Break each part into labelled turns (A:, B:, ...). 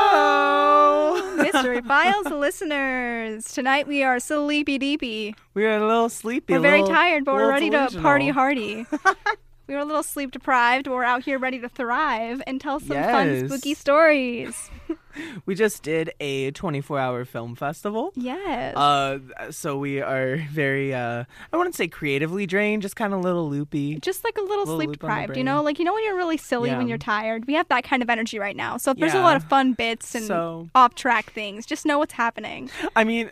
A: Hello.
B: Mystery Files listeners. Tonight we are sleepy deepy.
A: We are a little sleepy.
B: We're
A: a
B: very
A: little-
B: tired, but we're
A: little
B: ready to
A: delusional.
B: party hardy. we were a little sleep deprived, but we're out here ready to thrive and tell some fun,
A: Yes.
B: spooky stories.
A: We just did a 24-hour film festival.
B: Yes.
A: Uh, so we are very uh, I wouldn't say creatively drained, just kind of a little loopy.
B: just like a little,
A: little
B: sleep
A: loop on the
B: deprived, you know?
A: brain.
B: Like, you know, when you're really silly when
A: Yeah.
B: you're tired? We have that kind of energy right now. So, if there's a
A: Yeah.
B: lot of fun bits and
A: So-
B: off track things, just know what's happening.
A: I mean,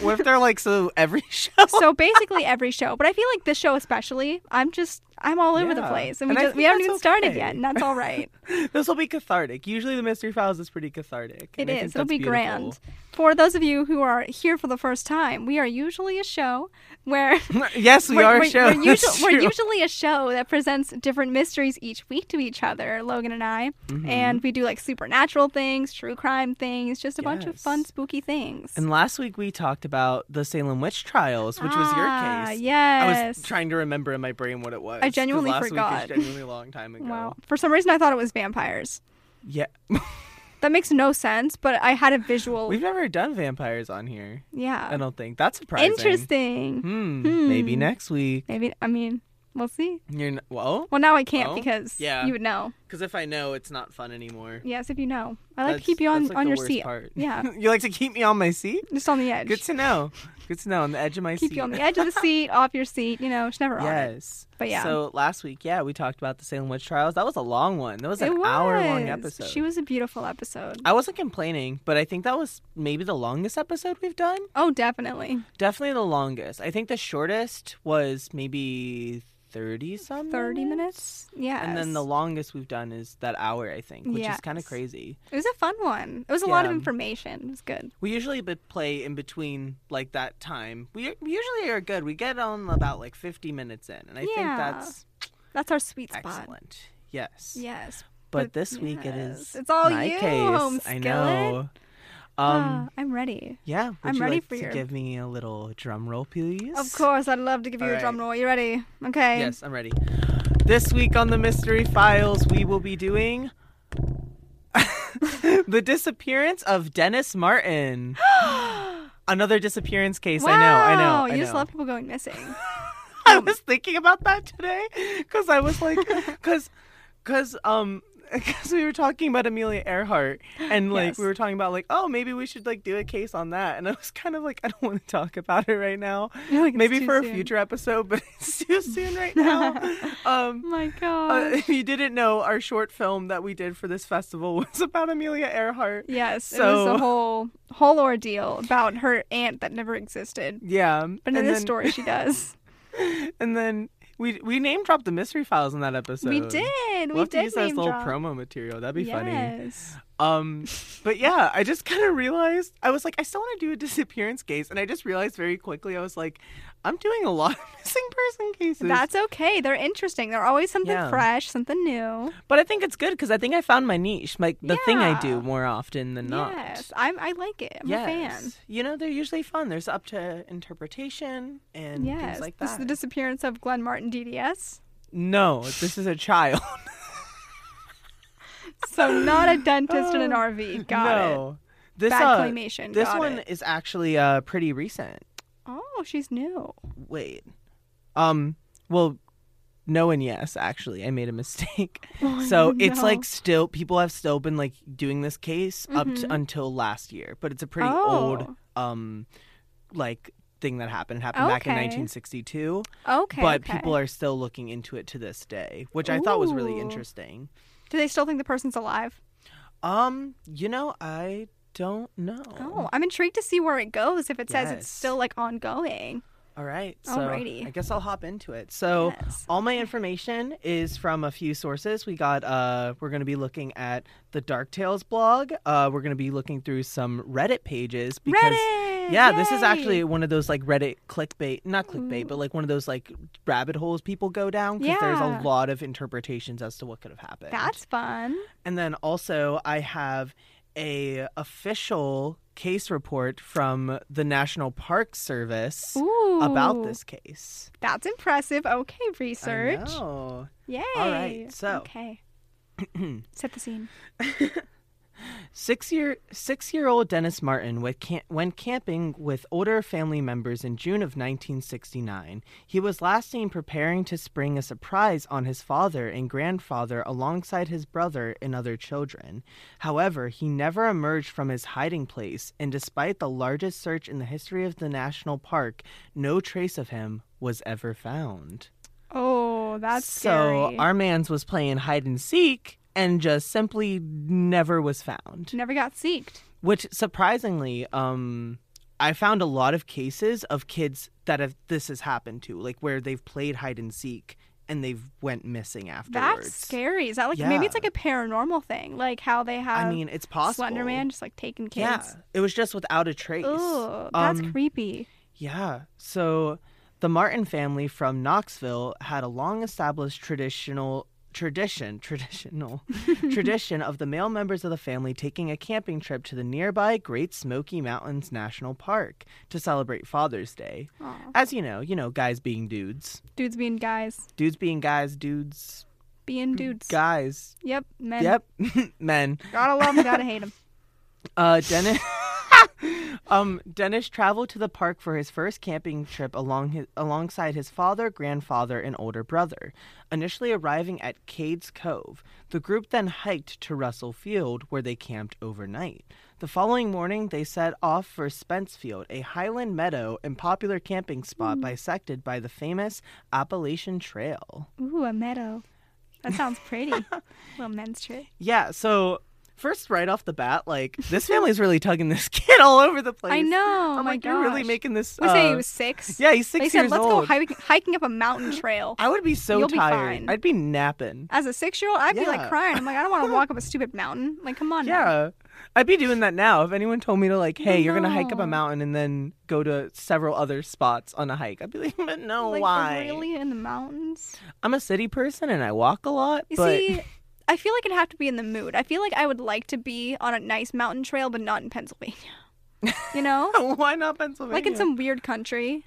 A: what if they're like so every show?
B: so, basically, every show, but I feel like this show especially, I'm just, I'm all over the
A: Yeah.
B: place. And we,
A: And I
B: just, we
A: think
B: haven't
A: that's
B: even started
A: okay.
B: yet, and that's all right.
A: This will be cathartic. Usually the Mystery Files is pretty cathartic.
B: It
A: and I think
B: is. It'll
A: that's
B: be
A: beautiful.
B: grand. For those of you who are here for the first time, we are usually a show where
A: yes, we
B: we're,
A: are
B: we're-
A: a show.
B: We're,
A: That's
B: usual- we're
A: true.
B: usually a show that presents different mysteries each week to each other, Logan and I,
A: Mm-hmm.
B: and we do like supernatural things, true crime things, just a bunch of fun,
A: Yes.
B: spooky things.
A: And last week we talked about the Salem witch trials, which was
B: Ah,
A: your case. I
B: Yes.
A: was trying to remember in my brain what it was. 'cause
B: genuinely
A: last
B: forgot.
A: Week was genuinely a long time ago.
B: Wow. For some reason, I thought it was vampires.
A: Yeah,
B: That makes no sense, but I had a visual.
A: we've never done vampires on here. I
B: yeah.
A: don't think that's surprising.
B: Interesting.
A: Hmm.
B: Hmm.
A: Maybe next week.
B: Maybe, I mean, we'll see.
A: You're n- well,
B: Well, now I can't
A: Oh,
B: because
A: yeah.
B: you would know.
A: because if I know, it's not fun anymore.
B: Yes, if you know. I like to
A: That's-
B: keep you on,
A: that's, like,
B: on
A: the
B: your
A: worst
B: seat.
A: part.
B: Yeah,
A: you like to keep me on my seat.
B: just on the edge.
A: Good to know. Good to know. On the edge of my seat.
B: keep you on the edge of the seat, off your seat. You know, it's never on it.
A: Yes.
B: But yeah.
A: So last week, yeah, we talked about the Salem witch trials. That was a long one. That was
B: It
A: an hour long
B: was.
A: episode.
B: She was a beautiful episode.
A: I wasn't complaining, but I think that was maybe the longest episode we've done.
B: Oh, definitely.
A: Definitely the longest. I think the shortest was maybe 30 some
B: 30 minutes? Yes.
A: And then the longest we've done is that hour, I think, which is kind of
B: Yes.
A: crazy.
B: It was a fun one. It was a lot of
A: Yeah.
B: information. It was good.
A: We usually be- play in between like that time. We, we usually are good. We get on about like 50 minutes in, and I
B: Yeah.
A: think that's
B: That's our sweet spot.
A: excellent. Yes.
B: Yes.
A: But this week it
B: yes.
A: is
B: It's all
A: my
B: you,
A: case.
B: home
A: I
B: skillet.
A: know. Um,
B: Ah, I'm ready.
A: yeah, would
B: I'm
A: you
B: ready
A: like
B: for
A: to
B: your-
A: give me a little drum roll, please?
B: Of course, I'd love to give you a
A: All
B: drum
A: right.
B: roll. You ready? Okay.
A: Yes, I'm ready. This week on the Mystery Files, we will be doing the disappearance of Dennis Martin. Another disappearance case. I know. I know.
B: Wow,
A: I
B: You just
A: know.
B: love people going missing.
A: I was thinking about that today because I was like, because, because, um. Because we were talking about Amelia Earhart, and like
B: Yes.
A: we were talking about like, oh, maybe we should like do a case on that, and I was kind of like, I don't want to talk about it right now.
B: You're like, "It's
A: maybe
B: too
A: for
B: soon."
A: a future episode, but it's too soon right now. um,
B: Oh my
A: uh,
B: god.
A: if you didn't know, our short film that we did for this festival was about Amelia Earhart.
B: yes, it was a
A: so-
B: whole whole ordeal about her aunt that never existed.
A: Yeah, um,
B: But in
A: and
B: this
A: then-
B: story, she does.
A: and then we we name dropped the mystery files in that episode.
B: we did. We
A: We'll have
B: did
A: to use that as
B: name
A: little
B: drop.
A: promo material. That'd be funny.
B: Yes.
A: Um, but yeah, I just kind of realized I was like, I still want to do a disappearance case, and I just realized very quickly I was like, I'm doing a lot of missing person cases.
B: That's okay. They're interesting. They're always something
A: Yeah.
B: fresh, something new.
A: But I think it's good because I think I found my niche, like the thing I
B: Yeah.
A: do more often than not.
B: Yes, I'm. I like it. I'm a fan.
A: Yes. You know, they're usually fun. There's up to interpretation and
B: Yes,
A: things like
B: this is
A: that.
B: the disappearance of Glenn Martin DDS.
A: no, this is a child.
B: So not a dentist in an
A: Oh,
B: RV. Got it.
A: no. This,
B: Bad
A: uh,
B: claymation.
A: This
B: Got
A: one
B: it.
A: is actually uh, pretty recent.
B: Oh, she's new.
A: Wait. Um, well, no and yes, actually. I made a mistake.
B: Oh,
A: so it's
B: no.
A: like still, people have still been like doing this case up
B: Mhm.
A: to, until last year, but it's a pretty old,
B: Oh.
A: um, like, thing that happened. It happened back in
B: Okay.
A: 1962.
B: Oh, Okay.
A: but
B: okay.
A: people are still looking into it to this day, which I thought was really
B: Ooh.
A: interesting.
B: Do they still think the person's alive?
A: Um, you know, I don't know.
B: Oh, I'm intrigued to see where it goes if it says it's
A: Yes.
B: still like ongoing.
A: All right. So
B: Alrighty.
A: I guess I'll hop into it. So
B: Yes.
A: all my information is from a few sources. We got uh we're gonna be looking at the Dark Tales blog. Uh we're gonna be looking through some Reddit pages because
B: Reddit.
A: Yeah, this is
B: yay!
A: actually one of those like Reddit clickbait, not clickbait, but like one of those like rabbit holes people go down because there's a
B: Yeah.
A: lot of interpretations as to what could have happened.
B: That's fun.
A: And then also I have a official case report from the National Park Service
B: Ooh.
A: about this case.
B: That's impressive. Okay,
A: I
B: research.
A: know.
B: Yay.
A: right, so-
B: Okay. Set the scene.
A: Six year six year old Dennis Martin with cam- went camping with older family members in June of 1969. He was last seen preparing to spring a surprise on his father and grandfather alongside his brother and other children. However, he never emerged from his hiding place, and despite the largest search in the history of the national park, no trace of him was ever found.
B: Oh, that's
A: so
B: scary.
A: our man's was playing hide and seek and just simply never was found
B: Never got seeked.
A: which surprisingly um i found a lot of cases of kids that have this has happened to like where they've played hide and seek and they've went missing afterwards
B: That's scary. Is that like maybe it's
A: Yeah.
B: like a paranormal thing, like how they have
A: i mean it's possible
B: Slender Man just like taking
A: yeah
B: kids.
A: it was just without a trace
B: Ooh, that's
A: Um,
B: creepy.
A: Yeah. So the Martin family from Knoxville had a long established traditional tradition traditional tradition of the male members of the family taking a camping trip to the nearby Great Smoky Mountains National Park to celebrate Father's Day.
B: Aw.
A: As you know, you know, guys being dudes.
B: Dudes being guys,
A: Dudes being guys, dudes
B: being dudes.
A: guys.
B: Yep, men.
A: Yep. Men.
B: Gotta love 'em, gotta hate them.
A: Uh, Dennis. um, Dennis traveled to the park for his first camping trip along his, alongside his father, grandfather, and older brother. Initially arriving at Cades Cove, the group then hiked to Russell Field, where they camped overnight. The following morning, they set off for Spencefield, a highland meadow and popular camping spot bisected by the famous Appalachian Trail.
B: Ooh, a meadow. That sounds pretty. Little men's trip.
A: Yeah, so first, right off the bat, like this family's really tugging this kid all over the place.
B: I know.
A: I'm
B: Oh my
A: like,
B: gosh.
A: you're really making this.
B: What did you say
A: uh,
B: he was six?
A: Yeah, he's
B: They
A: six
B: said,
A: years
B: let's
A: old.
B: go hiking, hiking up a mountain trail.
A: I would be so
B: You'll be
A: tired.
B: fine.
A: I'd be napping.
B: As a six year old, I'd be like
A: Yeah.
B: crying. I'm like, I don't want to walk up a stupid mountain. Like, come on. now.
A: Yeah, I'd be doing that now. If anyone told me to like, hey, you're gonna hike up
B: No.
A: a mountain and then go to several other spots on a hike, I'd be like, but no,
B: Like,
A: why?
B: really in the mountains?
A: I'm a city person and I walk a lot,
B: You
A: but
B: see, I feel like it'd have to be in the mood. I feel like I would like to be on a nice mountain trail, but not in Pennsylvania. You know?
A: why not Pennsylvania?
B: like in some weird country.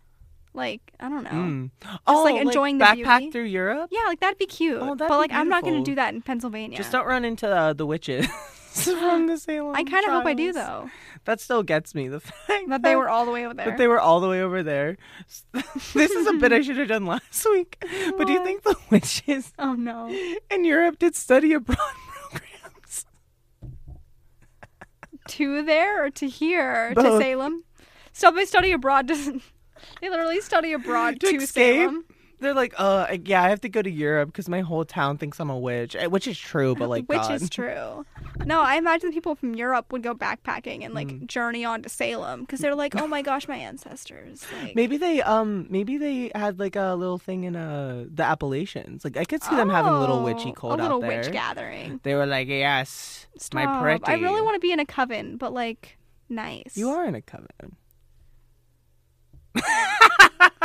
B: Like, I don't know.
A: Mm.
B: like,
A: oh,
B: enjoying the
A: backpack
B: beauty.
A: through Europe.
B: Yeah, like that'd be cute.
A: Oh, that'd
B: but
A: be
B: like I'm not gonna
A: beautiful.
B: do that in Pennsylvania.
A: Just don't run into uh, the witches from the Salem.
B: I kind of hope I do
A: trials.
B: though.
A: That still gets me the fact
B: That they were all the way over there.
A: But they were all the way over there. this is a bit I should have done last week. But do you
B: What?
A: think the witches
B: oh no.
A: in Europe did study abroad programs?
B: to there or to here to
A: Both.
B: Salem? So they study abroad doesn't they literally study abroad
A: To
B: to,
A: escape?
B: Salem.
A: They're like, uh, yeah, I have to go to Europe because my whole town thinks I'm a witch, Eh, which is true, but like,
B: which
A: God.
B: is true. No, I imagine people from Europe would go backpacking and like
A: Mm.
B: journey on to Salem because they're like, oh my gosh, my ancestors. Like,
A: Maybe they, um, maybe they had like a little thing in uh the Appalachians. Like, I could see them having a little
B: "Oh,
A: witchy cold
B: a little
A: out there.
B: witch gathering.
A: They were like, yes, my
B: Stop.
A: pretty.
B: I really want to be in a coven, but like nice.
A: You are in a coven.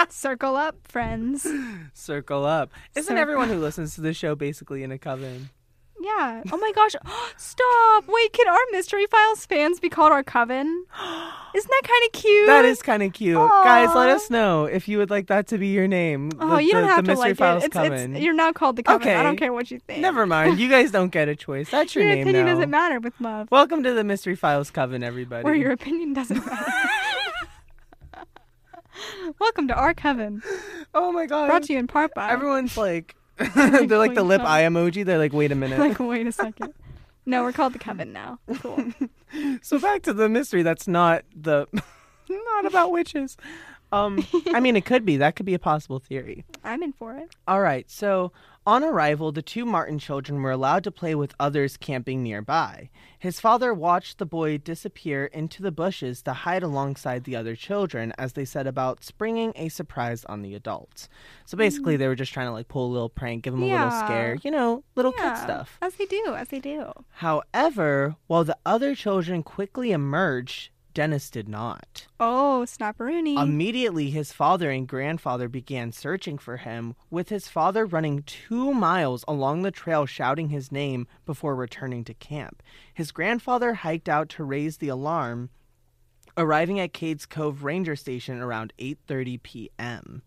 B: circle up, friends.
A: Circle up. Isn't
B: Circle-
A: everyone who listens to the show basically in a coven?
B: Yeah. Oh my gosh. Stop. Wait, can our mystery files fans be called our coven? Isn't that kind of cute?
A: That is kind of cute. Guys, let
B: Aw.
A: us know if you would like that to be your name.
B: Oh,
A: the,
B: you don't
A: the-
B: have
A: the
B: to
A: mystery
B: like
A: files
B: it. It's,
A: coming.
B: it's, you're not called the coven. I
A: Okay.
B: don't care what you think.
A: Never mind. You guys don't get a choice. That's your,
B: Your
A: name
B: opinion
A: now.
B: doesn't matter with love.
A: Welcome to the Mystery Files Coven, everybody.
B: where your opinion doesn't matter. Welcome to our coven,
A: oh my god.
B: brought to you in part by.
A: Everyone's like, they're like the
B: Going
A: lip
B: up.
A: eye emoji. They're like, wait a minute.
B: like, wait a second. No, we're called the coven now. Cool.
A: so back to the mystery. That's not the, not about witches. Um, I mean, it could be. That could be a possible theory.
B: I'm in for it.
A: All right, so on arrival, the two Martin children were allowed to play with others camping nearby. His father watched the boy disappear into the bushes to hide alongside the other children as they set about springing a surprise on the adults. So basically, they were just trying to like pull a little prank, give him a little
B: Mm. Yeah.
A: scare, you know, little kid
B: Yeah,
A: stuff.
B: As they do, as they do.
A: However, while the other children quickly emerged, Dennis did not.
B: Oh, snapperoonie.
A: Um, Immediately, his father and grandfather began searching for him, with his father running two miles along the trail shouting his name before returning to camp. His grandfather hiked out to raise the alarm, arriving at Cades Cove Ranger Station around 8.30 p.m.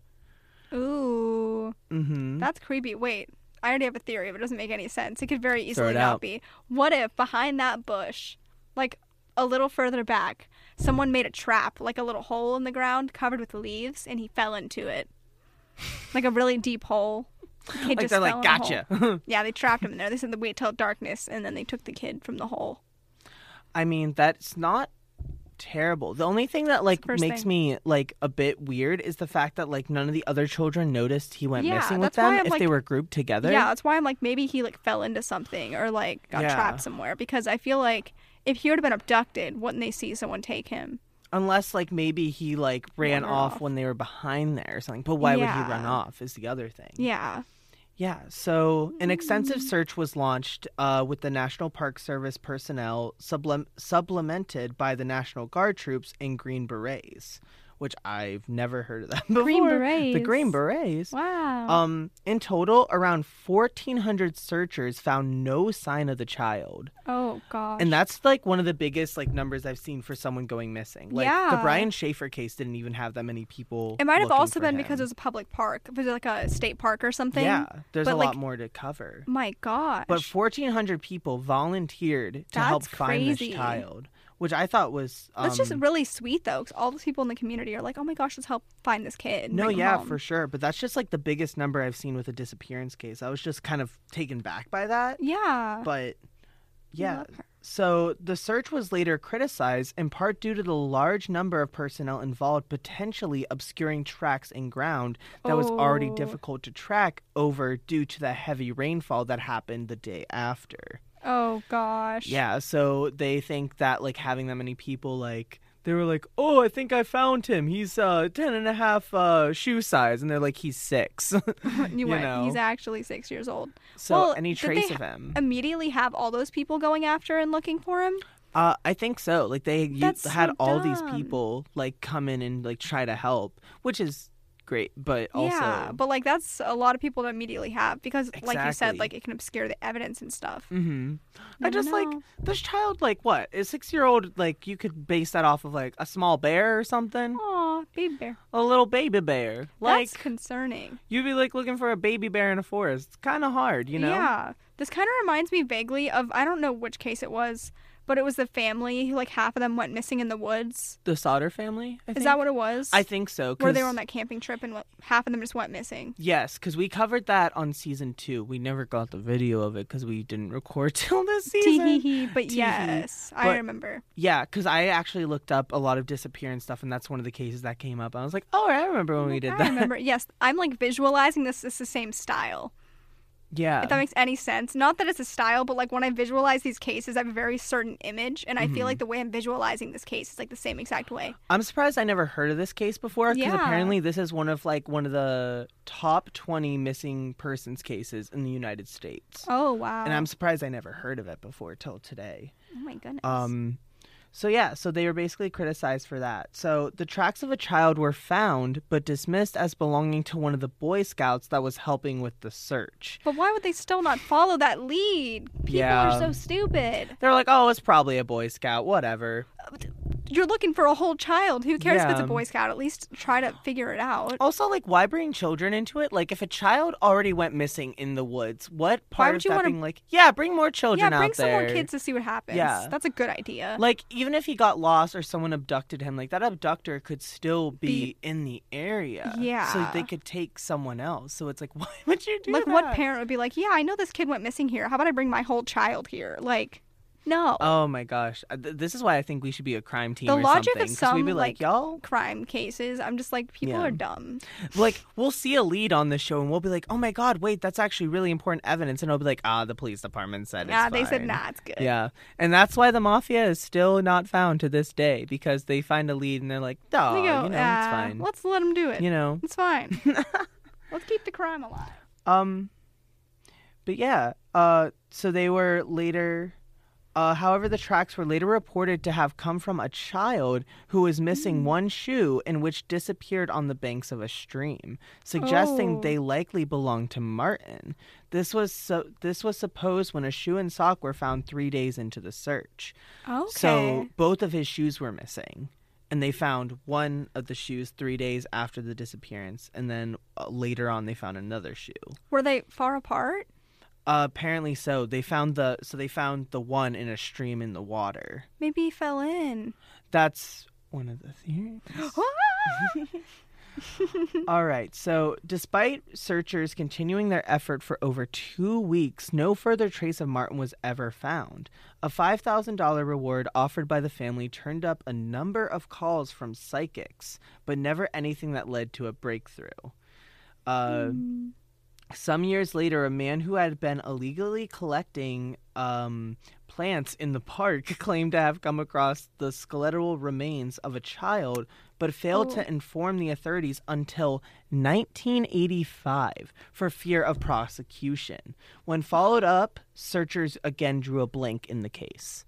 B: Ooh,
A: Mm-hmm.
B: that's creepy. Wait, I already have a theory, but it doesn't make any sense. It could very
A: Throw
B: easily
A: it
B: not
A: out.
B: be. What if behind that bush, like a little further back, someone made a trap, like a little hole in the ground covered with leaves, and he fell into it, like a really deep hole. The kid
A: Like
B: just
A: they're
B: fell
A: like,
B: in a hole.
A: gotcha.
B: Yeah, they trapped him in there. They said to wait till darkness, and then they took the kid from the hole.
A: I mean, that's not terrible. The only thing that like
B: first
A: makes
B: thing.
A: me like a bit weird is the fact that like none of the other children noticed he went
B: Yeah,
A: missing with
B: that's why
A: them
B: I'm
A: if
B: like-
A: they were grouped together.
B: Yeah, that's why I'm like maybe he like fell into something or like got
A: Yeah.
B: trapped somewhere because I feel like if he would have been abducted, wouldn't they see someone take him?
A: Unless like maybe he like ran
B: Ran
A: off,
B: off.
A: when they were behind there or something. But why would he run
B: Yeah.
A: off is the other thing.
B: Yeah. Mm.
A: Yeah, so an extensive search was launched uh, with the National Park Service personnel sublem- supplemented by the National Guard troops in Green Berets, which I've never heard of them before.
B: Green
A: The Green
B: Berets.
A: Berets.
B: Wow.
A: Um, in total, around 1,400 searchers found no sign of the child.
B: oh gosh.
A: And that's like one of the biggest like numbers I've seen for someone going missing. Like the
B: Yeah.
A: Brian Schaefer case didn't even have that many people.
B: it might have
A: looking
B: also
A: for him.
B: been because it was a public park. Was it like a state park or something?
A: yeah, there's
B: but,
A: a lot
B: like-
A: more to cover.
B: My gosh.
A: But 1,400 people volunteered to help
B: That's
A: find this
B: crazy.
A: child, which I thought was. Um,
B: that's just really sweet though, because all those people in the community are like, "Oh my gosh, let's help find this kid." and
A: No,
B: bring him
A: yeah,
B: home."
A: for sure. But that's just like the biggest number I've seen with a disappearance case. I was just kind of taken back by that.
B: Yeah.
A: But
B: I
A: yeah.
B: love her.
A: So the search was later criticized in part due to the large number of personnel involved potentially obscuring tracks in ground that was already
B: Oh.
A: difficult to track over due to the heavy rainfall that happened the day after.
B: Oh gosh.
A: Yeah, so they think that like having that many people like they were like, "Oh, I think I found him. He's uh 10 and a half uh shoe size." And they're like, "He's 6."
B: you,
A: you
B: went.
A: know.
B: He's actually six years old.
A: so
B: Well,
A: any
B: did they
A: trace
B: ha-
A: of him?
B: Immediately have all those people going after and looking for him.
A: Uh, I think so. Like they u- had
B: That's so
A: all these
B: dumb.
A: people like come in and like try to help, which is great, but also
B: yeah, but like that's a lot of people to immediately have because, like you said,
A: Exactly.
B: like it can obscure the evidence and stuff.
A: hmm I
B: Never
A: just like
B: know.
A: this child. Like what a six year old. Like you could base that off of like a small bear or something,
B: Aw, baby bear.
A: a little baby bear. Like
B: that's concerning.
A: you'd be like looking for a baby bear in a forest. It's kind of hard, you know.
B: Yeah, this kind of reminds me vaguely of I don't know which case it was, but it was the family who like half of them went missing in the woods.
A: The Sauter family. I
B: Is
A: think?
B: that what it was?
A: I think so.
B: Where they were
A: 'cause-
B: on that camping trip and like, half of them just went missing.
A: Yes, because we covered that on season two. We never got the video of it because we didn't record till this
B: E
A: season.
B: Tee-hee-hee. But
A: Tee-hee.
B: yes,
A: But-
B: I remember.
A: Yeah, because I actually looked up a lot of disappearance stuff, and that's one of the cases that came up. I was like, oh, I remember when we did
B: I
A: that.
B: remember. Yes, I'm like visualizing this. It's the same style.
A: yeah.
B: if that makes any sense. Not that it's a style, but like when I visualize these cases, I have a very certain image, and I
A: Mm-hmm.
B: feel like the way I'm visualizing this case is like the same exact way.
A: I'm surprised I never heard of this case before because
B: Yeah.
A: apparently this is one of like one of the top 20 missing persons cases in the United States.
B: Oh wow!
A: And I'm surprised I never heard of it before till today.
B: oh my goodness.
A: Um, so yeah, so they were basically criticized for that. So the tracks of a child were found, but dismissed as belonging to one of the Boy Scouts that was helping with the search.
B: but why would they still not follow that lead? People
A: Yeah.
B: are so stupid.
A: They're like, oh, it's probably a Boy Scout, whatever.
B: You're looking for a whole child. Who cares if it's a
A: Yeah.
B: Boy Scout? At least try to figure it out.
A: Also, like, why bring children into it? Like, if a child already went missing in the woods, what part
B: would
A: of
B: you
A: that
B: wanna-
A: being like, yeah, bring more children
B: yeah, bring
A: out
B: some
A: there?
B: more kids to see what happens.
A: Yeah.
B: that's a good idea.
A: Like, even if he got lost or someone abducted him, like, that abductor could still be, in the area. So
B: Yeah.
A: they could take someone else. So it's like, why would you do
B: Like,
A: that?
B: what parent would be like, "Yeah, I know this kid went missing here. How about I bring my whole child here?" Like, no.
A: Oh my gosh, Uh, th- this is why I think we should be a crime team.
B: The
A: or
B: logic
A: something,
B: of
A: 'cause we'd be
B: some,
A: like,
B: like-
A: y'all,
B: crime cases. I'm just like, people
A: Yeah.
B: are dumb.
A: like we'll see a lead on this show, and we'll be like, oh my god, wait, that's actually really important evidence, and I'll be like, ah, the police department said.
B: Nah,
A: it's
B: they said
A: fine."
B: nah, it's good.
A: Yeah, and that's why the mafia is still not found to this day because they find a lead and they're like,
B: They
A: no, Oh,
B: go,
A: you know, it's
B: "Ah,
A: fine.
B: Let's let them do it.
A: You know,
B: It's fine. let's keep the crime alive.
A: um, but yeah, uh, so they were later. Uh, however, the tracks were later reported to have come from a child who was missing
B: Mm.
A: one shoe and which disappeared on the banks of a stream, suggesting
B: Oh.
A: they likely belonged to Martin. This was so, this was supposed when a shoe and sock were found three days into the search.
B: Okay.
A: So both of his shoes were missing, and they found one of the shoes three days after the disappearance, and then uh, later on they found another shoe.
B: were they far apart?
A: Uh, apparently so. They found the so they found the one in a stream in the water.
B: Maybe he fell in.
A: That's one of the theories. All right. So, despite searchers continuing their effort for over two weeks, no further trace of Martin was ever found. A $5,000 reward offered by the family turned up a number of calls from psychics, but never anything that led to a breakthrough. Uh, Some years later, a man who had been illegally collecting um, plants in the park claimed to have come across the skeletal remains of a child, but failed
B: Oh.
A: to inform the authorities until 1985 for fear of prosecution. When followed up, searchers again drew a blank in the case.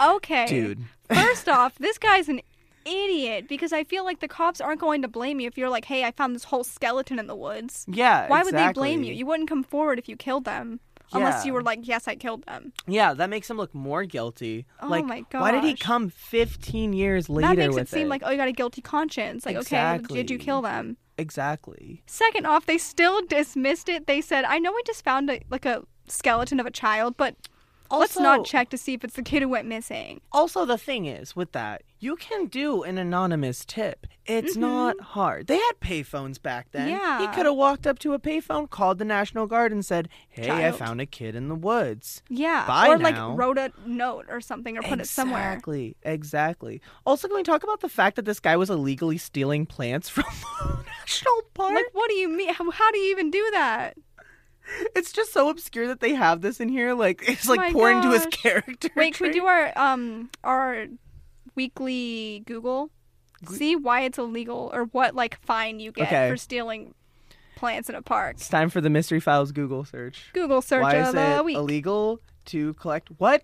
B: okay.
A: Dude.
B: First off, this guy's an idiot because I feel like the cops aren't going to blame you if you're like, hey, I found this whole skeleton in the woods.
A: Yeah.
B: Why would they blame
A: exactly.
B: you? You wouldn't come forward if you killed them. Unless
A: Yeah.
B: you were like, yes, I killed them.
A: Yeah, that makes him look more guilty.
B: Oh
A: like,
B: my
A: why did he
B: gosh.
A: come 15 years later?
B: that makes
A: with
B: it seem like, oh, you got a guilty conscience. Like, okay, did
A: Exactly.
B: you kill them?
A: exactly.
B: Second off, they still dismissed it. They said, I know we just found a, like a skeleton of a child, but let's
A: Also-
B: not check to see if it's the kid who went missing.
A: Also, the thing is with that, you can do an anonymous tip. It's not hard. They had payphones back then. He
B: Mm-hmm. Yeah.
A: could have walked up to a payphone, called the National Guard, and said, "Hey, I
B: Child.
A: found a kid in the woods."
B: Yeah.
A: Bye
B: or
A: now.
B: like wrote a note or something or put it somewhere.
A: Exactly. Exactly. Also, can we talk about the fact that this guy was illegally stealing plants from the national park?
B: Like, what do you mean? How, how do you even do that?
A: it's just so obscure that they have this in here. Like it's like
B: Oh My
A: poured into his
B: gosh.
A: character.
B: Wait, can we
A: trait.
B: do our um our weekly Google? See why it's illegal or what like fine you get
A: Okay.
B: for stealing plants in a park.
A: It's time for the mystery files Google search.
B: Google search
A: Why
B: of
A: is
B: the
A: it
B: week.
A: illegal to collect what?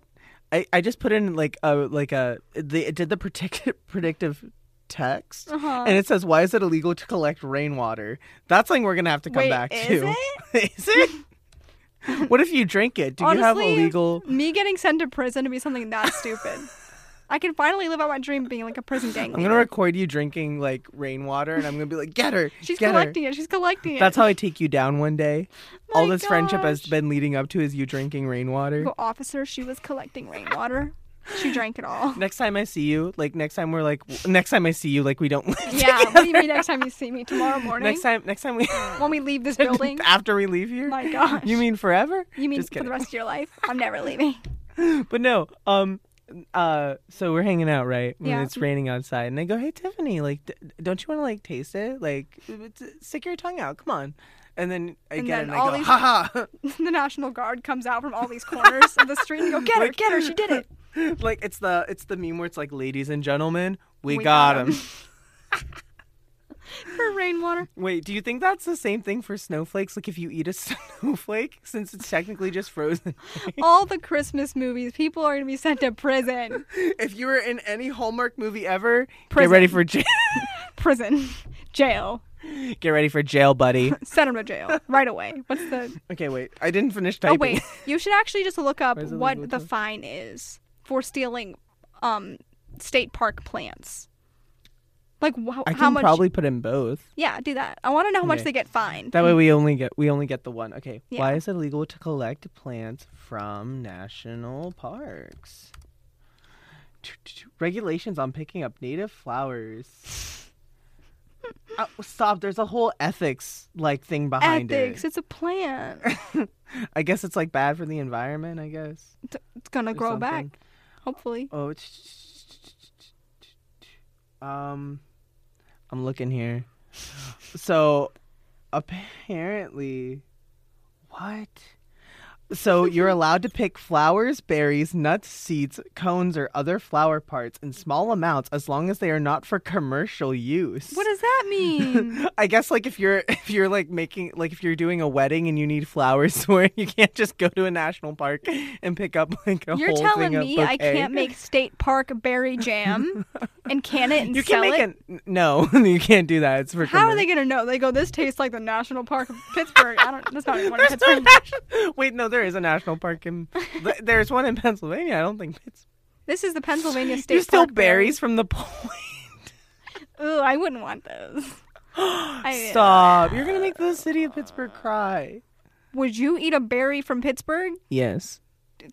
A: I, I just put in like a like a they it did the predict, predictive text
B: Uh-huh.
A: and it says why is it illegal to collect rainwater? That's something we're gonna have to come
B: Wait,
A: back
B: is
A: to. Is it? what if you drink it? Do you have
B: Honestly,
A: illegal?
B: Me getting sent to prison to be something that stupid. I can finally live out my dream of being like a prison gang.
A: I'm gonna
B: leader.
A: record you drinking like rainwater and I'm gonna be like get her.
B: She's
A: get her.
B: collecting it. She's collecting it.
A: That's how I take you down one day. All
B: My
A: this friendship has
B: gosh.
A: been leading up to is you drinking rainwater.
B: Go, officer, she was collecting rainwater. She drank it all.
A: Next time I see you, like next time we're like, w- next time I see you, like we don't. live
B: Yeah,
A: together.
B: what do you mean next time you see me? Tomorrow morning?
A: Next time, next time we
B: when we leave this building?
A: after we leave here.
B: My gosh.
A: You mean forever?
B: You mean
A: Just
B: for the
A: kidding.
B: rest of your life? I'm never leaving.
A: But no, um, uh, so we're hanging out, right? When
B: Yeah.
A: it's raining outside, and I go, "Hey Tiffany, like, d- don't you want to like taste it? Like, it's- stick your tongue out, come on." And then I
B: And
A: get
B: then
A: it, and I
B: all
A: go,
B: these-
A: "Ha ha."
B: the National Guard comes out from all these corners of the street and go, get her,
A: Like-
B: get her, she did it.
A: like it's the it's the meme where it's like, "Ladies and gentlemen, we,
B: We
A: got,
B: got
A: him."
B: For rainwater.
A: Wait, do you think that's the same thing for snowflakes? Like if you eat a snowflake, since it's technically just frozen.
B: All the Christmas movies, people are going to be sent to prison.
A: if you were in any Hallmark movie ever,
B: Prison.
A: get ready for jail.
B: Prison. Jail.
A: get ready for jail, buddy.
B: Send them to jail right away. What's the.
A: Okay, wait. I didn't finish
B: Oh,
A: typing.
B: wait. You should actually just look up
A: Where's the
B: what
A: legal
B: the fine is for stealing um, state park plants. Like, wh-
A: I
B: how
A: can
B: much.
A: probably put in both.
B: Yeah, do that. I want to know how much
A: Okay.
B: they get fined.
A: That way we only get we only get the one. Okay.
B: Mm. Yeah.
A: Why is it illegal to collect plants from national parks? Regulations on picking up native flowers. Oh, stop! There's a whole ethics like thing behind
B: Ethics.
A: it.
B: It's a plant.
A: I guess it's like bad for the environment. I guess.
B: T- it's gonna
A: or
B: grow
A: something.
B: back, hopefully.
A: Oh, it's um, I'm looking here. So apparently, what? So you're allowed to pick flowers, berries, nuts, seeds, cones, or other flower parts in small amounts as long as they are not for commercial use.
B: What does that mean?
A: I guess like if you're if you're like making like if you're doing a wedding and you need flowers where you can't just go to a national park and pick up like a
B: You're
A: whole
B: telling
A: thing of
B: me I
A: bouquet.
B: can't make state park berry jam and can it and
A: You can
B: sell
A: make
B: it?
A: an no. you can't do that. It's for
B: How are
A: commer-
B: they gonna know? They go, this tastes like the national park of Pittsburgh. I don't. That's not even one in
A: There's no
B: Pittsburgh.
A: national- Wait, no, there is a national park in. th- There's one in Pennsylvania. I don't think it's.
B: This is the Pennsylvania state.
A: You still
B: park
A: berries from the point.
B: Ooh, I wouldn't want those. I, uh,
A: Stop! You're gonna make the city of Pittsburgh cry.
B: Would you eat a berry from Pittsburgh?
A: Yes.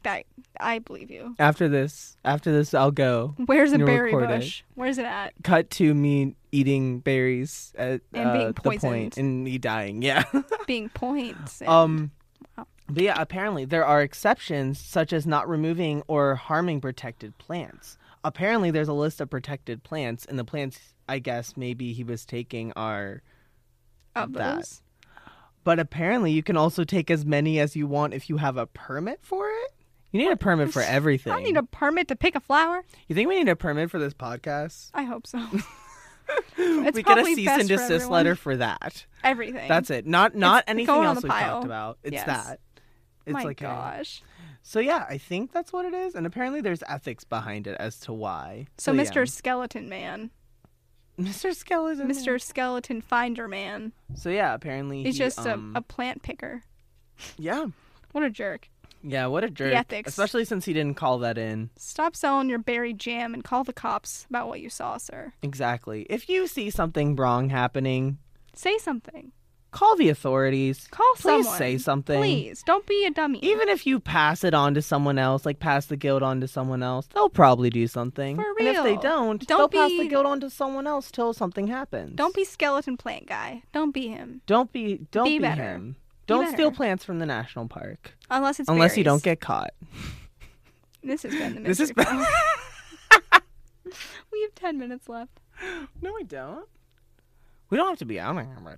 B: That I believe you.
A: After this, after this, I'll go.
B: Where's a
A: You'll
B: berry
A: record it.
B: bush? Where's it at?
A: Cut to me eating berries at
B: And being
A: uh, the point
B: poisoned.
A: and me dying. Yeah.
B: Being points. and-
A: um.
B: Wow.
A: But yeah, apparently there are exceptions, such as not removing or harming protected plants. Apparently, there's a list of protected plants, and the plants I guess maybe he was taking are.
B: of
A: that.
B: those.
A: But apparently, you can also take as many as you want if you have a permit for it. You need a permit for everything.
B: I don't need a permit to pick a flower.
A: You think we need a permit for this podcast?
B: I hope so. it's
A: we get a
B: probably
A: cease
B: best
A: and
B: for
A: desist
B: everyone.
A: letter for that.
B: Everything.
A: That's it. Not not
B: it's
A: anything
B: going on
A: else
B: the
A: we talked
B: pile.
A: about. It's
B: Yes.
A: that. It's
B: my
A: like a-
B: gosh.
A: so yeah, I think that's what it is, and apparently there's ethics behind it as to why.
B: So,
A: yeah.
B: Mr. Skeleton Man,
A: Mr. Skeleton.
B: Mr. Skeleton Finder Man,
A: So yeah, apparently
B: is
A: he,
B: just
A: um,
B: a, a plant picker.
A: yeah
B: What a jerk!
A: yeah what a jerk.
B: ethics.
A: Especially since he didn't call that in
B: Stop selling your berry jam and call the cops about what you saw, sir.
A: exactly. If you see something wrong happening,
B: Say something.
A: call the authorities.
B: Call
A: Please
B: someone.
A: say something.
B: Please don't be a dummy.
A: Even if you pass it on to someone else, like pass the guilt on to someone else, they'll probably do something.
B: For
A: And if they
B: real.
A: don't,
B: Don't
A: they'll pass the
B: be-
A: guilt on to someone else till something happens.
B: don't be skeleton plant guy. Don't be him
A: don't be don't
B: Be
A: be,
B: better.
A: him. Don't steal
B: better.
A: plants from the national park
B: unless it's
A: unless you
B: berries.
A: don't get caught.
B: This has been the mystery.
A: This has been-
B: Pal. we have ten minutes left.
A: No, we don't. We don't have to be out on camera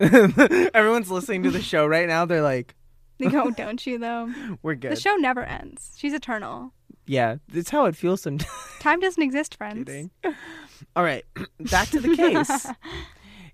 A: done. Everyone's listening to the show right now. They're like,
B: They go, don't you though?
A: "We're good."
B: The show never ends. She's eternal.
A: yeah, it's how it feels sometimes.
B: Time doesn't exist, friends.
A: Kidding. All right, back to the case.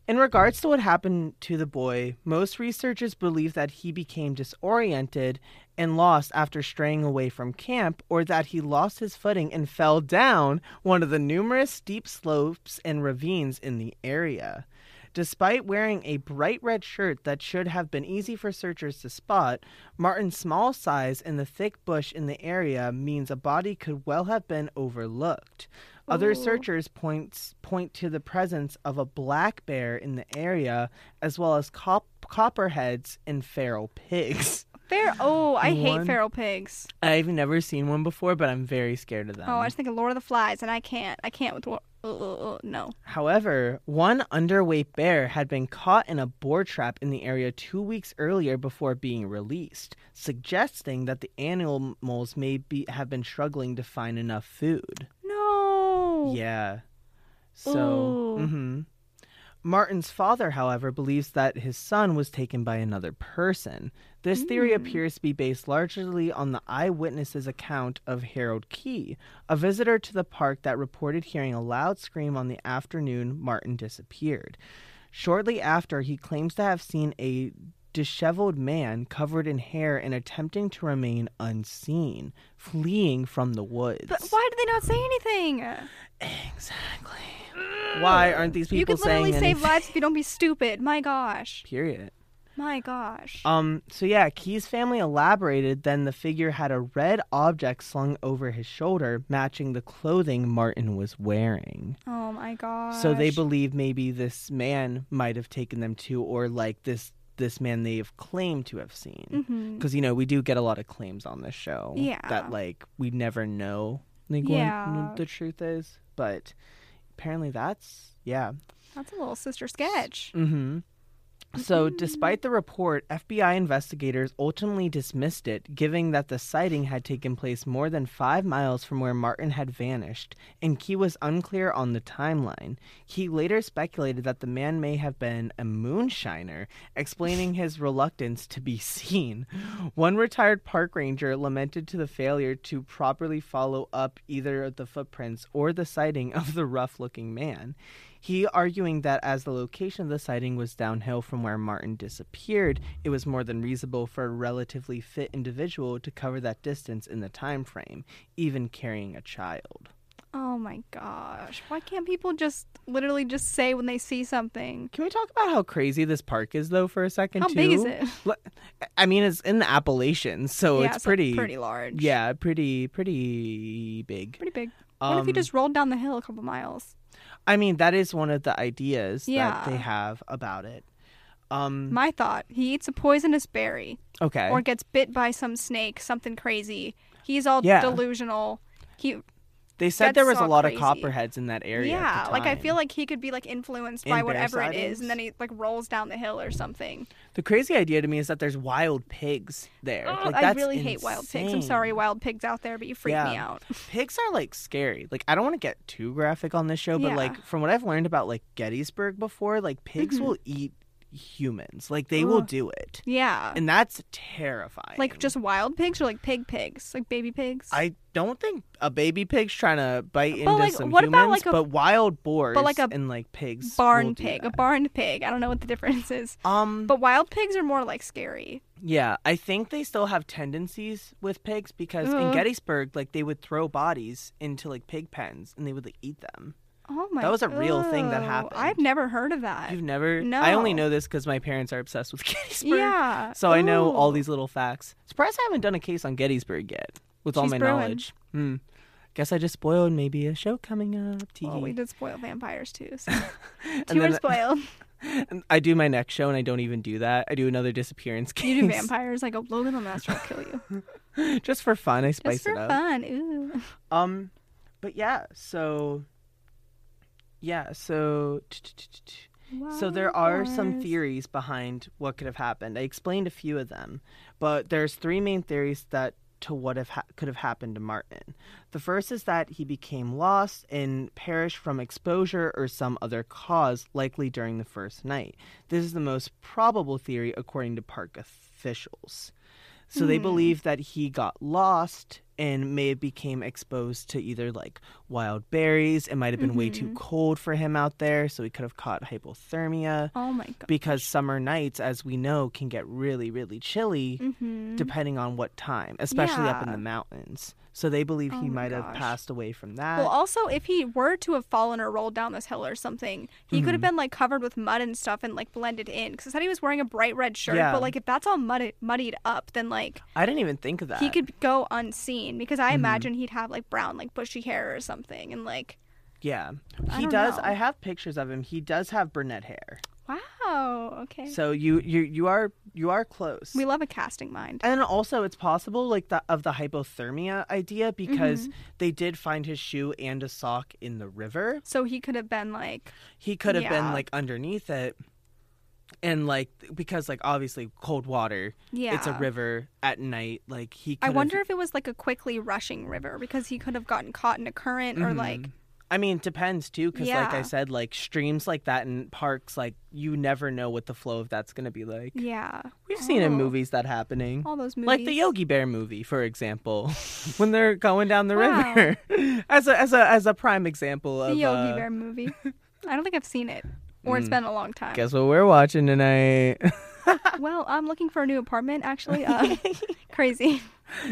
A: In regards to what happened to the boy, most researchers believe that he became disoriented and lost after straying away from camp, or that he lost his footing and fell down one of the numerous steep slopes and ravines in the area. Despite wearing a bright red shirt that should have been easy for searchers to spot, Martin's small size and the thick bush in the area means a body could well have been overlooked. Other
B: Ooh.
A: searchers points point to the presence of a black bear in the area, as well as cop- copperheads and feral pigs.
B: Fair. Oh, I
A: One.
B: hate feral pigs.
A: I've never seen one before, but I'm very scared of them.
B: Oh, I just think of Lord of the Flies, and I can't. I can't with. wa- Uh, uh, uh, no.
A: However, one underweight bear had been caught in a boar trap in the area two weeks earlier before being released, suggesting that the animals may be, have been struggling to find enough food.
B: No.
A: Yeah. So,
B: Oh. Ooh.
A: mhm. Martin's father, however, believes that his son was taken by another person. This theory
B: Mm.
A: appears to be based largely on the eyewitness's account of Harold Key, a visitor to the park that reported hearing a loud scream on the afternoon Martin disappeared. Shortly after, he claims to have seen a disheveled man covered in hair and attempting to remain unseen, fleeing from the woods.
B: But why did they not say anything?
A: Exactly. Why aren't these people
B: you could literally
A: saying
B: save
A: anything?
B: lives if you don't be stupid. My gosh.
A: Period.
B: My gosh.
A: Um. So yeah, Key's family elaborated. Then the figure had a red object slung over his shoulder, matching the clothing Martin was wearing.
B: oh my gosh.
A: So they believe maybe this man might have taken them to, or like this this man they have claimed to have seen.
B: hmm
A: Because you know we do get a lot of claims on this show.
B: Yeah.
A: That like we never know like what
B: Yeah.
A: the truth is, but apparently that's yeah.
B: That's a little sister sketch.
A: hmm So,
B: Mhm.
A: despite the report, FBI investigators ultimately dismissed it, giving that the sighting had taken place more than five miles from where Martin had vanished, and Key was unclear on the timeline. Key later speculated that the man may have been a moonshiner, explaining his reluctance to be seen. One retired park ranger lamented to the failure to properly follow up either the footprints or the sighting of the rough looking man. He arguing that as the location of the sighting was downhill from where Martin disappeared, it was more than reasonable for a relatively fit individual to cover that distance in the time frame, even carrying a child.
B: Oh my gosh. Why can't people just literally just say when they see something?
A: Can we talk about how crazy this park is though for a second
B: How
A: too?
B: big is it?
A: I mean it's in the Appalachians, so Oh,
B: yeah,
A: it's
B: so
A: pretty
B: pretty large.
A: Yeah, pretty pretty big.
B: Pretty big. what if you
A: Um,
B: just rolled down the hill a couple miles?
A: I mean, that is one of the ideas
B: Yeah.
A: that they have about it. Um,
B: My thought he eats a poisonous berry
A: okay.
B: or gets bit by some snake, something crazy. He's all
A: Yeah.
B: delusional. He,
A: they said
B: that's
A: there was a
B: all
A: lot
B: crazy.
A: of copperheads in that area. at
B: yeah,
A: the
B: like I
A: time.
B: feel like he could be like influenced by
A: And bear
B: whatever it
A: sightings?
B: is, and then he like rolls down the hill or something.
A: the crazy idea to me is that there's wild pigs there.
B: Ugh,
A: like,
B: I
A: that's
B: really hate wild pigs. I'm
A: insane.
B: sorry, wild pigs out there, but you freak me
A: Yeah.
B: out.
A: Pigs are like scary. Like I don't want to get too graphic on this show, but
B: Yeah.
A: like from what I've learned about like Gettysburg before, like pigs will eat humans. Like they will
B: Mm-hmm.
A: do
B: Ugh.
A: it,
B: Yeah,
A: and that's terrifying.
B: like just wild pigs or like pig pigs, like baby pigs.
A: I don't think a baby pig's trying to bite into
B: like,
A: some
B: what
A: humans,
B: about, like, a-
A: but wild boars
B: like, a
A: and like pigs, will
B: barn
A: do
B: pig, a
A: that.
B: barn pig. I don't know what the difference is,
A: Um,
B: but wild pigs are more like scary.
A: yeah, I think they still have tendencies with pigs because in
B: Ugh.
A: Gettysburg, like they would throw bodies into like pig pens and they would like eat them.
B: Oh my!
A: That was a real thing that
B: ew.
A: happened.
B: I've never heard of that.
A: You've never? I only
B: Uh, No.
A: know this because my parents are obsessed with Gettysburg.
B: yeah. oh.
A: So I know all
B: Ooh.
A: these little facts. Surprised I haven't done a case on Gettysburg yet with all
B: She's
A: my
B: brewing.
A: knowledge. Hmm. Guess I just spoiled maybe a show coming up. TV.
B: Well, we did spoil vampires too. So.
A: And
B: Two
A: then-
B: were spoiled.
A: And I do my next show and I don't even do that. I do another disappearance case.
B: You do vampires. I go, Logan the Master will kill you.
A: Just for fun, I spice
B: Just for
A: it up.
B: fun. Ooh.
A: Um but yeah, so yeah, so so there are some
B: Wildfires.
A: theories behind what could have happened. I explained a few of them, but there's three main theories that to what have ha- could have happened to Martin. The first is that he became lost and perished from exposure or some other cause, likely during the first night. This is the most probable theory according to park officials. So they
B: Hmm.
A: believe that he got lost and may have became exposed to either like wild berries. It might have been way too
B: Mhm.
A: cold for him out there, so he could have caught hypothermia.
B: Oh my god.
A: Because summer nights, as we know, can get really, really chilly
B: Mm-hmm.
A: depending on what time, especially up in
B: Yeah.
A: the mountains. So they believe
B: Oh
A: he
B: my
A: might have
B: gosh.
A: passed away from that.
B: well, also, if he were to have fallen or rolled down this hill or something, he could
A: Mm-hmm.
B: have been like covered with mud and stuff and like blended in. Because I said he was wearing a bright red shirt,
A: Yeah.
B: but like if that's all muddied, muddied up, then like
A: I didn't even think of that. Mm-hmm.
B: he could go unseen. Because I imagine he'd have like brown, like bushy hair or something, and like
A: yeah,
B: I
A: he
B: don't
A: does.
B: know.
A: I have pictures of him. He does have brunette hair.
B: wow, okay.
A: So you, you, you are, you are close.
B: we love a casting mind.
A: And also, it's possible, like the of the hypothermia idea, because
B: Mm-hmm.
A: they did find his shoe and a sock in the river.
B: So he could have been like,
A: He could have been
B: Yeah.
A: like underneath it, and like because like obviously cold water,
B: yeah.
A: it's a river at night. Like he. Could
B: I
A: have-
B: wonder if it was like a quickly rushing river because he could have gotten caught in a current or
A: Mhm.
B: like
A: I mean, it depends too, because like I
B: Yeah.
A: said, like streams like that in parks, like you never know what the flow of that's gonna be like.
B: yeah.
A: We've seen in
B: Oh.
A: movies that happening.
B: All those movies.
A: like the Yogi Bear movie, for example, when they're going down the
B: Wow.
A: river, as a as a as a prime example
B: The
A: of
B: Yogi
A: uh,
B: Bear movie. I don't think I've seen it. Or it's been a long time.
A: Mm. Guess what we're watching tonight?
B: Well, I'm looking for a new apartment actually. Uh, crazy.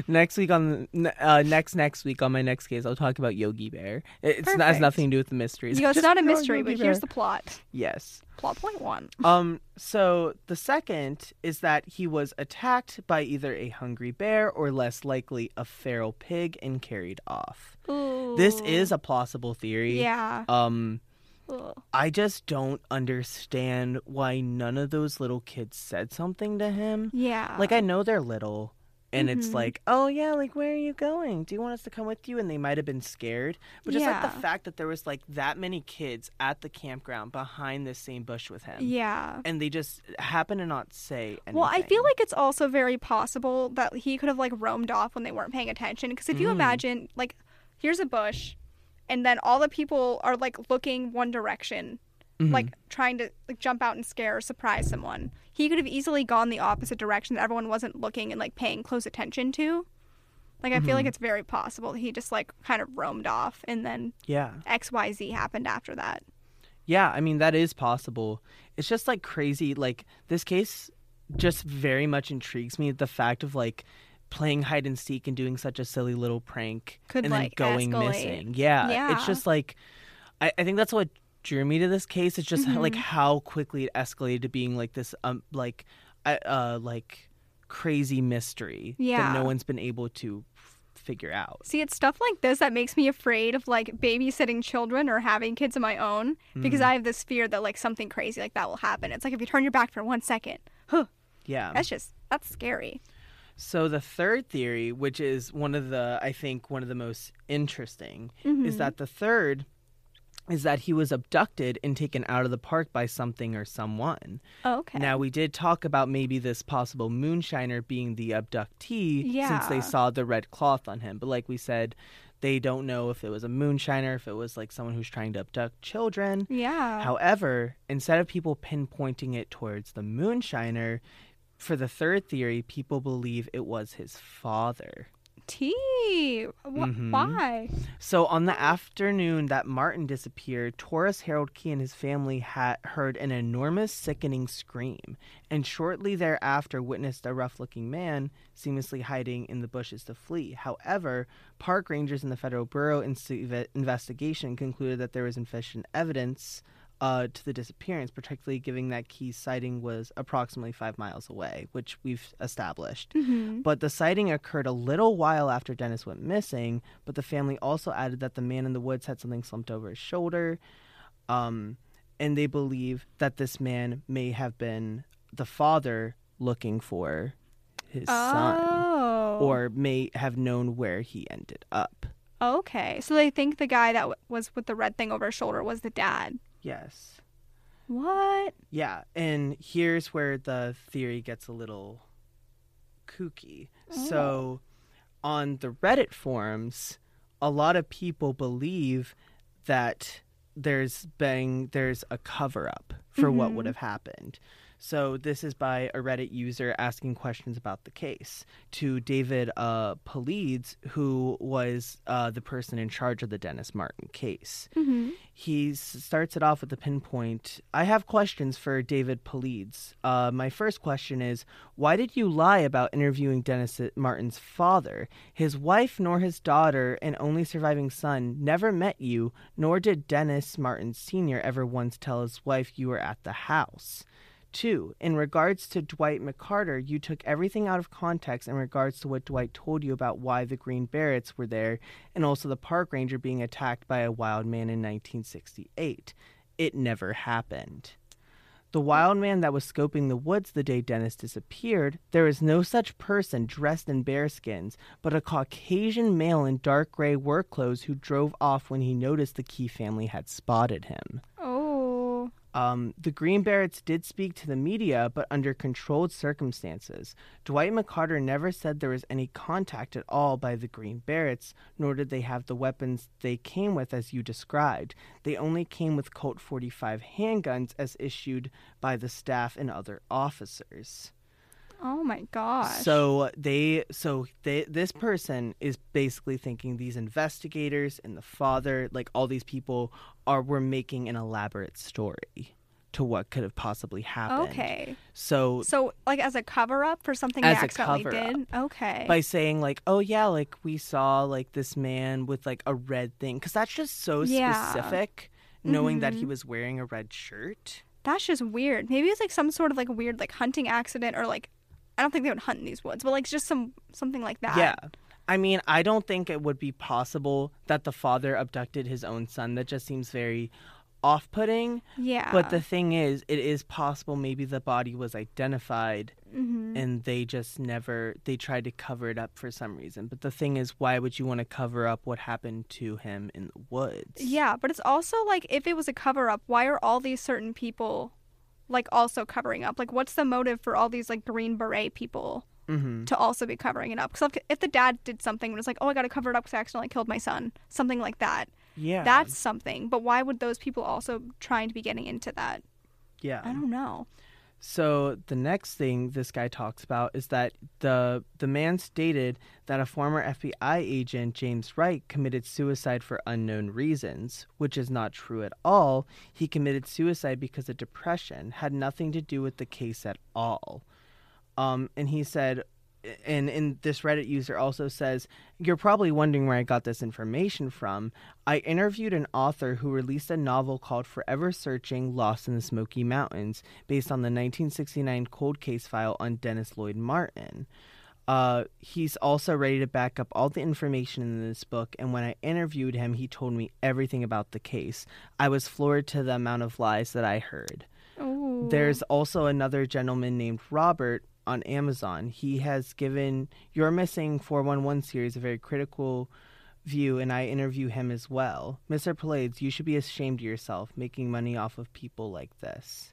A: next week on the- uh, next next week on my next case, I'll talk about Yogi Bear. It- It's not, has
B: Perfect.
A: nothing to do with the mysteries.
B: You know, it's
A: Just
B: not a
A: call it
B: mystery,
A: Yogi
B: but here's the
A: Bear.
B: plot.
A: yes.
B: Plot point one.
A: Um. So the second is that he was attacked by either a hungry bear or, less likely, a feral pig and carried off.
B: Ooh.
A: This is a plausible theory.
B: Yeah.
A: Um.
B: Ugh.
A: I just don't understand why none of those little kids said something to him.
B: Yeah.
A: Like I know they're little and it's
B: Mhm.
A: like, "Oh yeah, like where are you going? Do you want us to come with you?" and they might have been scared. But just like the
B: Yeah.
A: fact that there was like that many kids at the campground behind this same bush with him.
B: Yeah.
A: And they just happen to not say anything.
B: Well, I feel like it's also very possible that he could have like roamed off when they weren't paying attention. Because if you
A: Mm.
B: imagine, like, here's a bush, and then all the people are like looking one direction,
A: Mhm.
B: like trying to like jump out and scare or surprise someone. He could have easily gone the opposite direction that everyone wasn't looking and like paying close attention to. Like, I feel
A: Mm-hmm.
B: like it's very possible that he just like kind of roamed off, and then
A: Yeah.
B: X Y Z happened after that.
A: Yeah, I mean that is possible. It's just like crazy. Like this case just very much intrigues me. The fact of like playing hide and seek and doing such a silly little prank
B: Could,
A: and then
B: like,
A: going
B: escalate.
A: missing. Yeah, it's
B: Yeah.
A: just like I, I think that's what drew me to this case. It's just
B: Mhm.
A: like how quickly it escalated to being like this um like I- uh like crazy mystery that
B: Yeah.
A: no one's been able to figure out.
B: See, it's stuff like this that makes me afraid of like babysitting children or having kids of my own
A: Mm,
B: because I have this fear that like something crazy like that will happen. It's like if you turn your back for one second, huh,
A: Yeah.
B: that's just that's scary.
A: So the third theory, which is one of the I think one of the most interesting,
B: Mm-hmm. Hmm.
A: is that the third is that he was abducted and taken out of the park by something or someone.
B: Oh, okay.
A: Now we did talk about maybe this possible moonshiner being the abductee since
B: Yeah.
A: they saw the red cloth on him, but like we said, they don't know if it was a moonshiner, if it was like someone who's trying to abduct children.
B: yeah.
A: However, instead of people pinpointing it towards the moonshiner, for the third theory, people believe it was his father.
B: T. Wh-
A: Mhm.
B: Why?
A: So on the afternoon that Martin disappeared, Taurus Harold Key and his family had heard an enormous, sickening scream, and shortly thereafter witnessed a rough-looking man seamlessly hiding in the bushes to flee. However, park rangers in the federal bureau Insti- investigation concluded that there was insufficient evidence uh, to the disappearance, particularly given that Key's sighting was approximately five miles away, which we've established.
B: hmm
A: But the sighting occurred a little while after Dennis went missing, but the family also added that the man in the woods had something slumped over his shoulder. Um, and they believe that this man may have been the father looking for his son
B: Oh.
A: or may have known where he ended up.
B: okay. So they think the guy that w- was with the red thing over his shoulder was the dad.
A: Yes.
B: What?
A: Yeah, and here's where the theory gets a little kooky. So, on the Reddit forums, a lot of people believe that there's been there's a cover up for what would have happened. So this is by a Reddit user asking questions about the case to David uh, Polides, who was uh, the person in charge of the Dennis Martin case
B: hmm
A: he s- starts it off with the pinpoint. I have questions for David Polides. Uh, my first question is Why did you lie about interviewing Dennis uh, Martin's father? His wife, nor his daughter, and only surviving son never met you, nor did Dennis Martin Sr. ever once tell his wife you were at the house. Two, in regards to Dwight McCarter, you took everything out of context in regards to what Dwight told you about why the Green Berets were there and also the park ranger being attacked by a wild man in 1968. It never happened. The wild man that was scoping the woods the day Dennis disappeared, there is no such person dressed in bearskins, but a Caucasian male in dark gray work clothes who drove off when he noticed the Key family had spotted him.
B: Oh.
A: Um, the Green Berets did speak to the media, but under controlled circumstances. Dwight McCarter never said there was any contact at all by the Green Berets, nor did they have the weapons they came with, as you described. They only came with Colt 45 handguns as issued by the staff and other officers.
B: Oh my gosh.
A: So they, so they, this person is basically thinking these investigators and the father, like all these people, are were making an elaborate story to what could have possibly happened.
B: Okay.
A: So
B: So, like, as a cover up for something
A: As
B: they
A: a
B: accidentally
A: cover-up.
B: did? Okay.
A: by saying like, oh yeah, like we saw like this man with like a red thing, because that's just so
B: Yeah.
A: specific. Knowing that he
B: Mhm.
A: was wearing a red shirt.
B: That's just weird. Maybe it's like some sort of like weird like hunting accident or like I don't think they would hunt in these woods, but like just some something like that.
A: Yeah. I mean, I don't think it would be possible that the father abducted his own son. That just seems very off putting.
B: Yeah.
A: But the thing is, it is possible maybe the body was identified
B: Mhm.
A: and they just never they tried to cover it up for some reason. But the thing is, why would you want to cover up what happened to him in the woods?
B: Yeah, but it's also like if it was a cover up, why are all these certain people like also covering up? Like what's the motive for all these like green beret people
A: hmm
B: to also be covering it up? Cuz if the dad did something and was like, "Oh, I got to cover it up cuz I accidentally killed my son." Something like that.
A: Yeah.
B: That's something. But why would those people also trying to be getting into that?
A: yeah.
B: I don't know.
A: So the next thing this guy talks about is that the the man stated that a former FBI agent James Wright committed suicide for unknown reasons, which is not true at all. He committed suicide because of depression, had nothing to do with the case at all. Um, and he said, and, and this Reddit user also says, You're probably wondering where I got this information from. I interviewed an author who released a novel called Forever Searching Lost in the Smoky Mountains, based on the 1969 cold case file on Dennis Lloyd Martin. Uh, he's also ready to back up all the information in this book, and when I interviewed him, he told me everything about the case. I was floored to the amount of lies that I heard.
B: Ooh.
A: There's also another gentleman named Robert on Amazon. He has given Your Missing 411 series a very critical view, and I interview him as well. Mr. Palades, you should be ashamed of yourself making money off of people like this.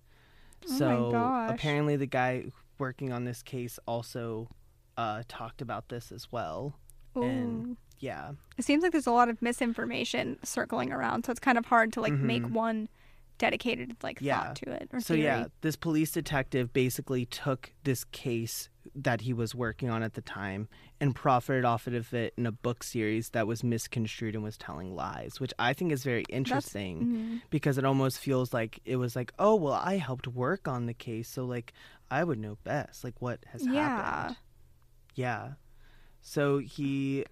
B: Oh my
A: so
B: gosh.
A: apparently, the guy working on this case also uh, talked about this as well. and-
B: Ooh.
A: Yeah.
B: It seems like there's a lot of misinformation circling around, so it's kind of hard to like make
A: Mhm.
B: one dedicated like
A: Yeah.
B: thought to it. Or
A: So
B: theory.
A: yeah, this police detective basically took this case that he was working on at the time and profited off of it in a book series that was misconstrued and was telling lies, which I think is very interesting
B: Mhm.
A: because it almost feels like it was like, oh well, I helped work on the case, so like I would know best, like what has
B: Yeah.
A: happened. Yeah. So he,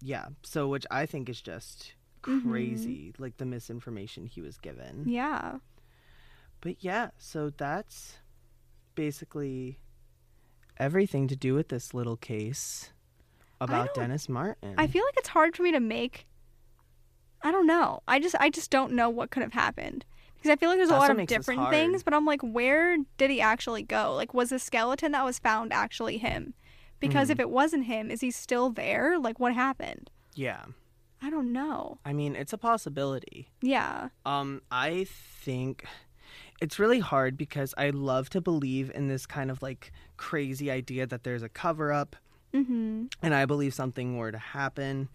A: yeah. So which I think is just
B: Mhm.
A: crazy, like the misinformation he was given.
B: Yeah.
A: But yeah, so that's basically everything to do with this little case about
B: don't-
A: Dennis Martin.
B: I feel like it's hard for me to make I don't know. I just I just don't know what could have happened. Because I feel like there's a
A: That's
B: lot
A: what
B: of
A: makes this
B: different
A: hard.
B: things, but I'm like, where did he actually go? Like was the skeleton that was found actually him? Because
A: Mm-hmm.
B: if it wasn't him, is he still there? Like what happened?
A: yeah,
B: I don't know.
A: I mean, it's a possibility.
B: Yeah.
A: Um, I think it's really hard because I love to believe in this kind of like crazy idea that there's a cover up
B: Mhm.
A: and I believe something were to happen.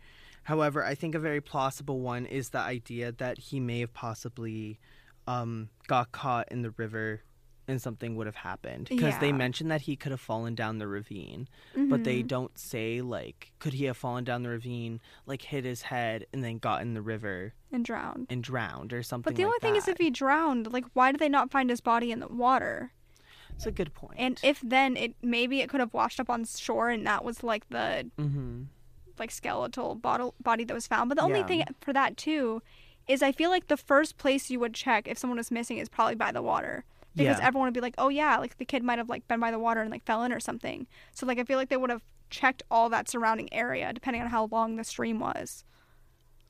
A: However, I think a very plausible one is the idea that he may have possibly um, got caught in the river and something would have happened because they
B: Yeah. Mm-hmm.
A: mentioned that he could have fallen down the ravine but they don't say like could he have fallen down the ravine like hit his head and then got in the river
B: and drowned.
A: and drowned or something
B: But the only
A: like
B: thing is,
A: that.
B: if he drowned, like, why did they not find his body in the water?
A: it's a good point
B: And if then it maybe it could have washed up on shore, and that was like the
A: mm-hmm.
B: like skeletal bottle, body that was found. But the only
A: Yeah.
B: thing for that too is I feel like the first place you would check if someone was missing is probably by the water because
A: Yeah.
B: everyone would be like, oh yeah, like the kid might have like been by the water and like fell in or something. So like I feel like they would have checked all that surrounding area depending on how long the stream was.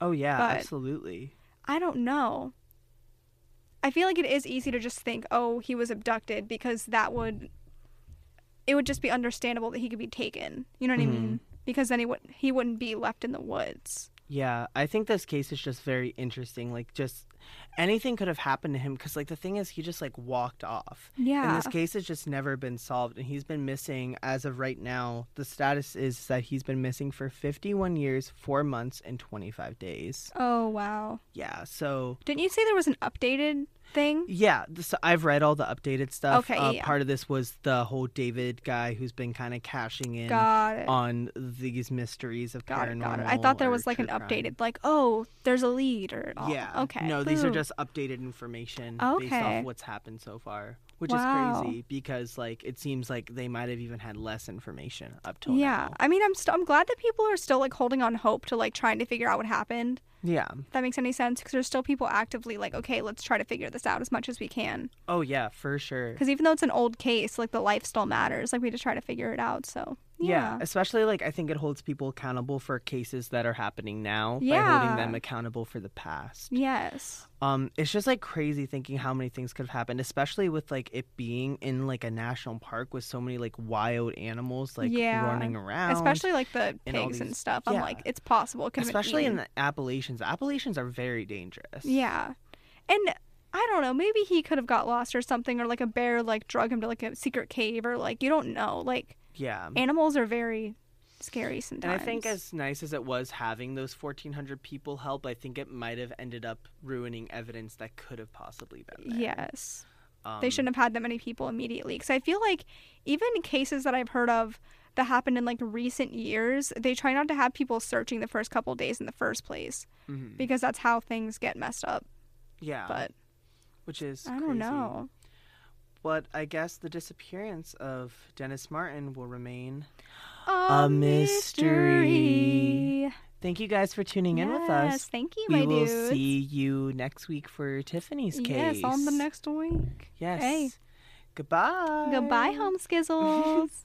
A: oh yeah
B: but-
A: absolutely
B: I don't know. I feel like it is easy to just think, oh, he was abducted because that would it would just be understandable that he could be taken. You know what
A: Mhm.
B: I mean? Because then he would he wouldn't be left in the woods.
A: Yeah, I think this case is just very interesting. Like, just anything could have happened to him because, like, the thing is, he just like walked off. And
B: Yeah.
A: this case has just never been solved, and he's been missing as of right now. The status is that he's been missing for 51 years, four months, and 25 days.
B: Oh wow.
A: Yeah, so
B: Didn't you say there was an updated thing?
A: yeah, this, I've read all the updated stuff.
B: Okay,
A: uh,
B: yeah.
A: Part of this was the whole David guy who's been kind of cashing in
B: Got it.
A: on these mysteries of
B: Got it,
A: paranormal.
B: got it. I thought there
A: or
B: was like
A: true
B: an
A: crime.
B: updated, like, oh, there's a lead or all.
A: Yeah.
B: Oh, Okay.
A: No, these are
B: boom.
A: just updated information based
B: Okay.
A: off what's happened so far, which
B: Wow.
A: is crazy because like it seems like they might have even had less information up till
B: Yeah.
A: now.
B: I mean, I'm st- I'm glad that people are still like holding on hope to like trying to figure out what happened.
A: Yeah.
B: if that makes any sense because there's still people actively like okay let's try to figure this out as much as we can
A: Oh yeah, for sure.
B: because even though it's an old case like the life still matters like we just try to figure it out so
A: Yeah.
B: yeah
A: especially like I think it holds people accountable for cases that are happening now by
B: Yeah.
A: holding them accountable for the past.
B: yes
A: Um it's just like crazy thinking how many things could have happened, especially with like it being in like a national park with so many like wild animals like
B: Yeah.
A: running around.
B: especially like the
A: and all
B: pigs and
A: these-
B: stuff i'm
A: yeah.
B: like it's possible it could
A: especially
B: have
A: in
B: been
A: the Appalachians. Appalachians are very dangerous.
B: eaten. yeah and i don't know maybe he could have got lost or something or like a bear like drug him to like a secret cave or like you don't know like
A: Yeah.
B: animals are very scary sometimes
A: Mm-hmm. And I think as nice as it was having those 1400 people help, I think it might have ended up ruining evidence that could have possibly been there.
B: yes
A: Um,
B: they shouldn't have had that many people immediately because i feel like even cases that i've heard of that happened in like recent years they try not to have people searching the first couple days in the first place
A: mhm.
B: because that's how things get messed up
A: Yeah.
B: but
A: which is
B: i don't
A: Oh, crazy.
B: know
A: But I guess the disappearance of Dennis Martin will remain.
B: a,
A: mystery. Thank you guys for tuning in with
B: Yes,
A: us.
B: thank you
A: We
B: my
A: will
B: dudes.
A: see you next week for Tiffany's case.
B: yes on the next week
A: Yes.
B: Hey.
A: Goodbye.
B: goodbye home skizzles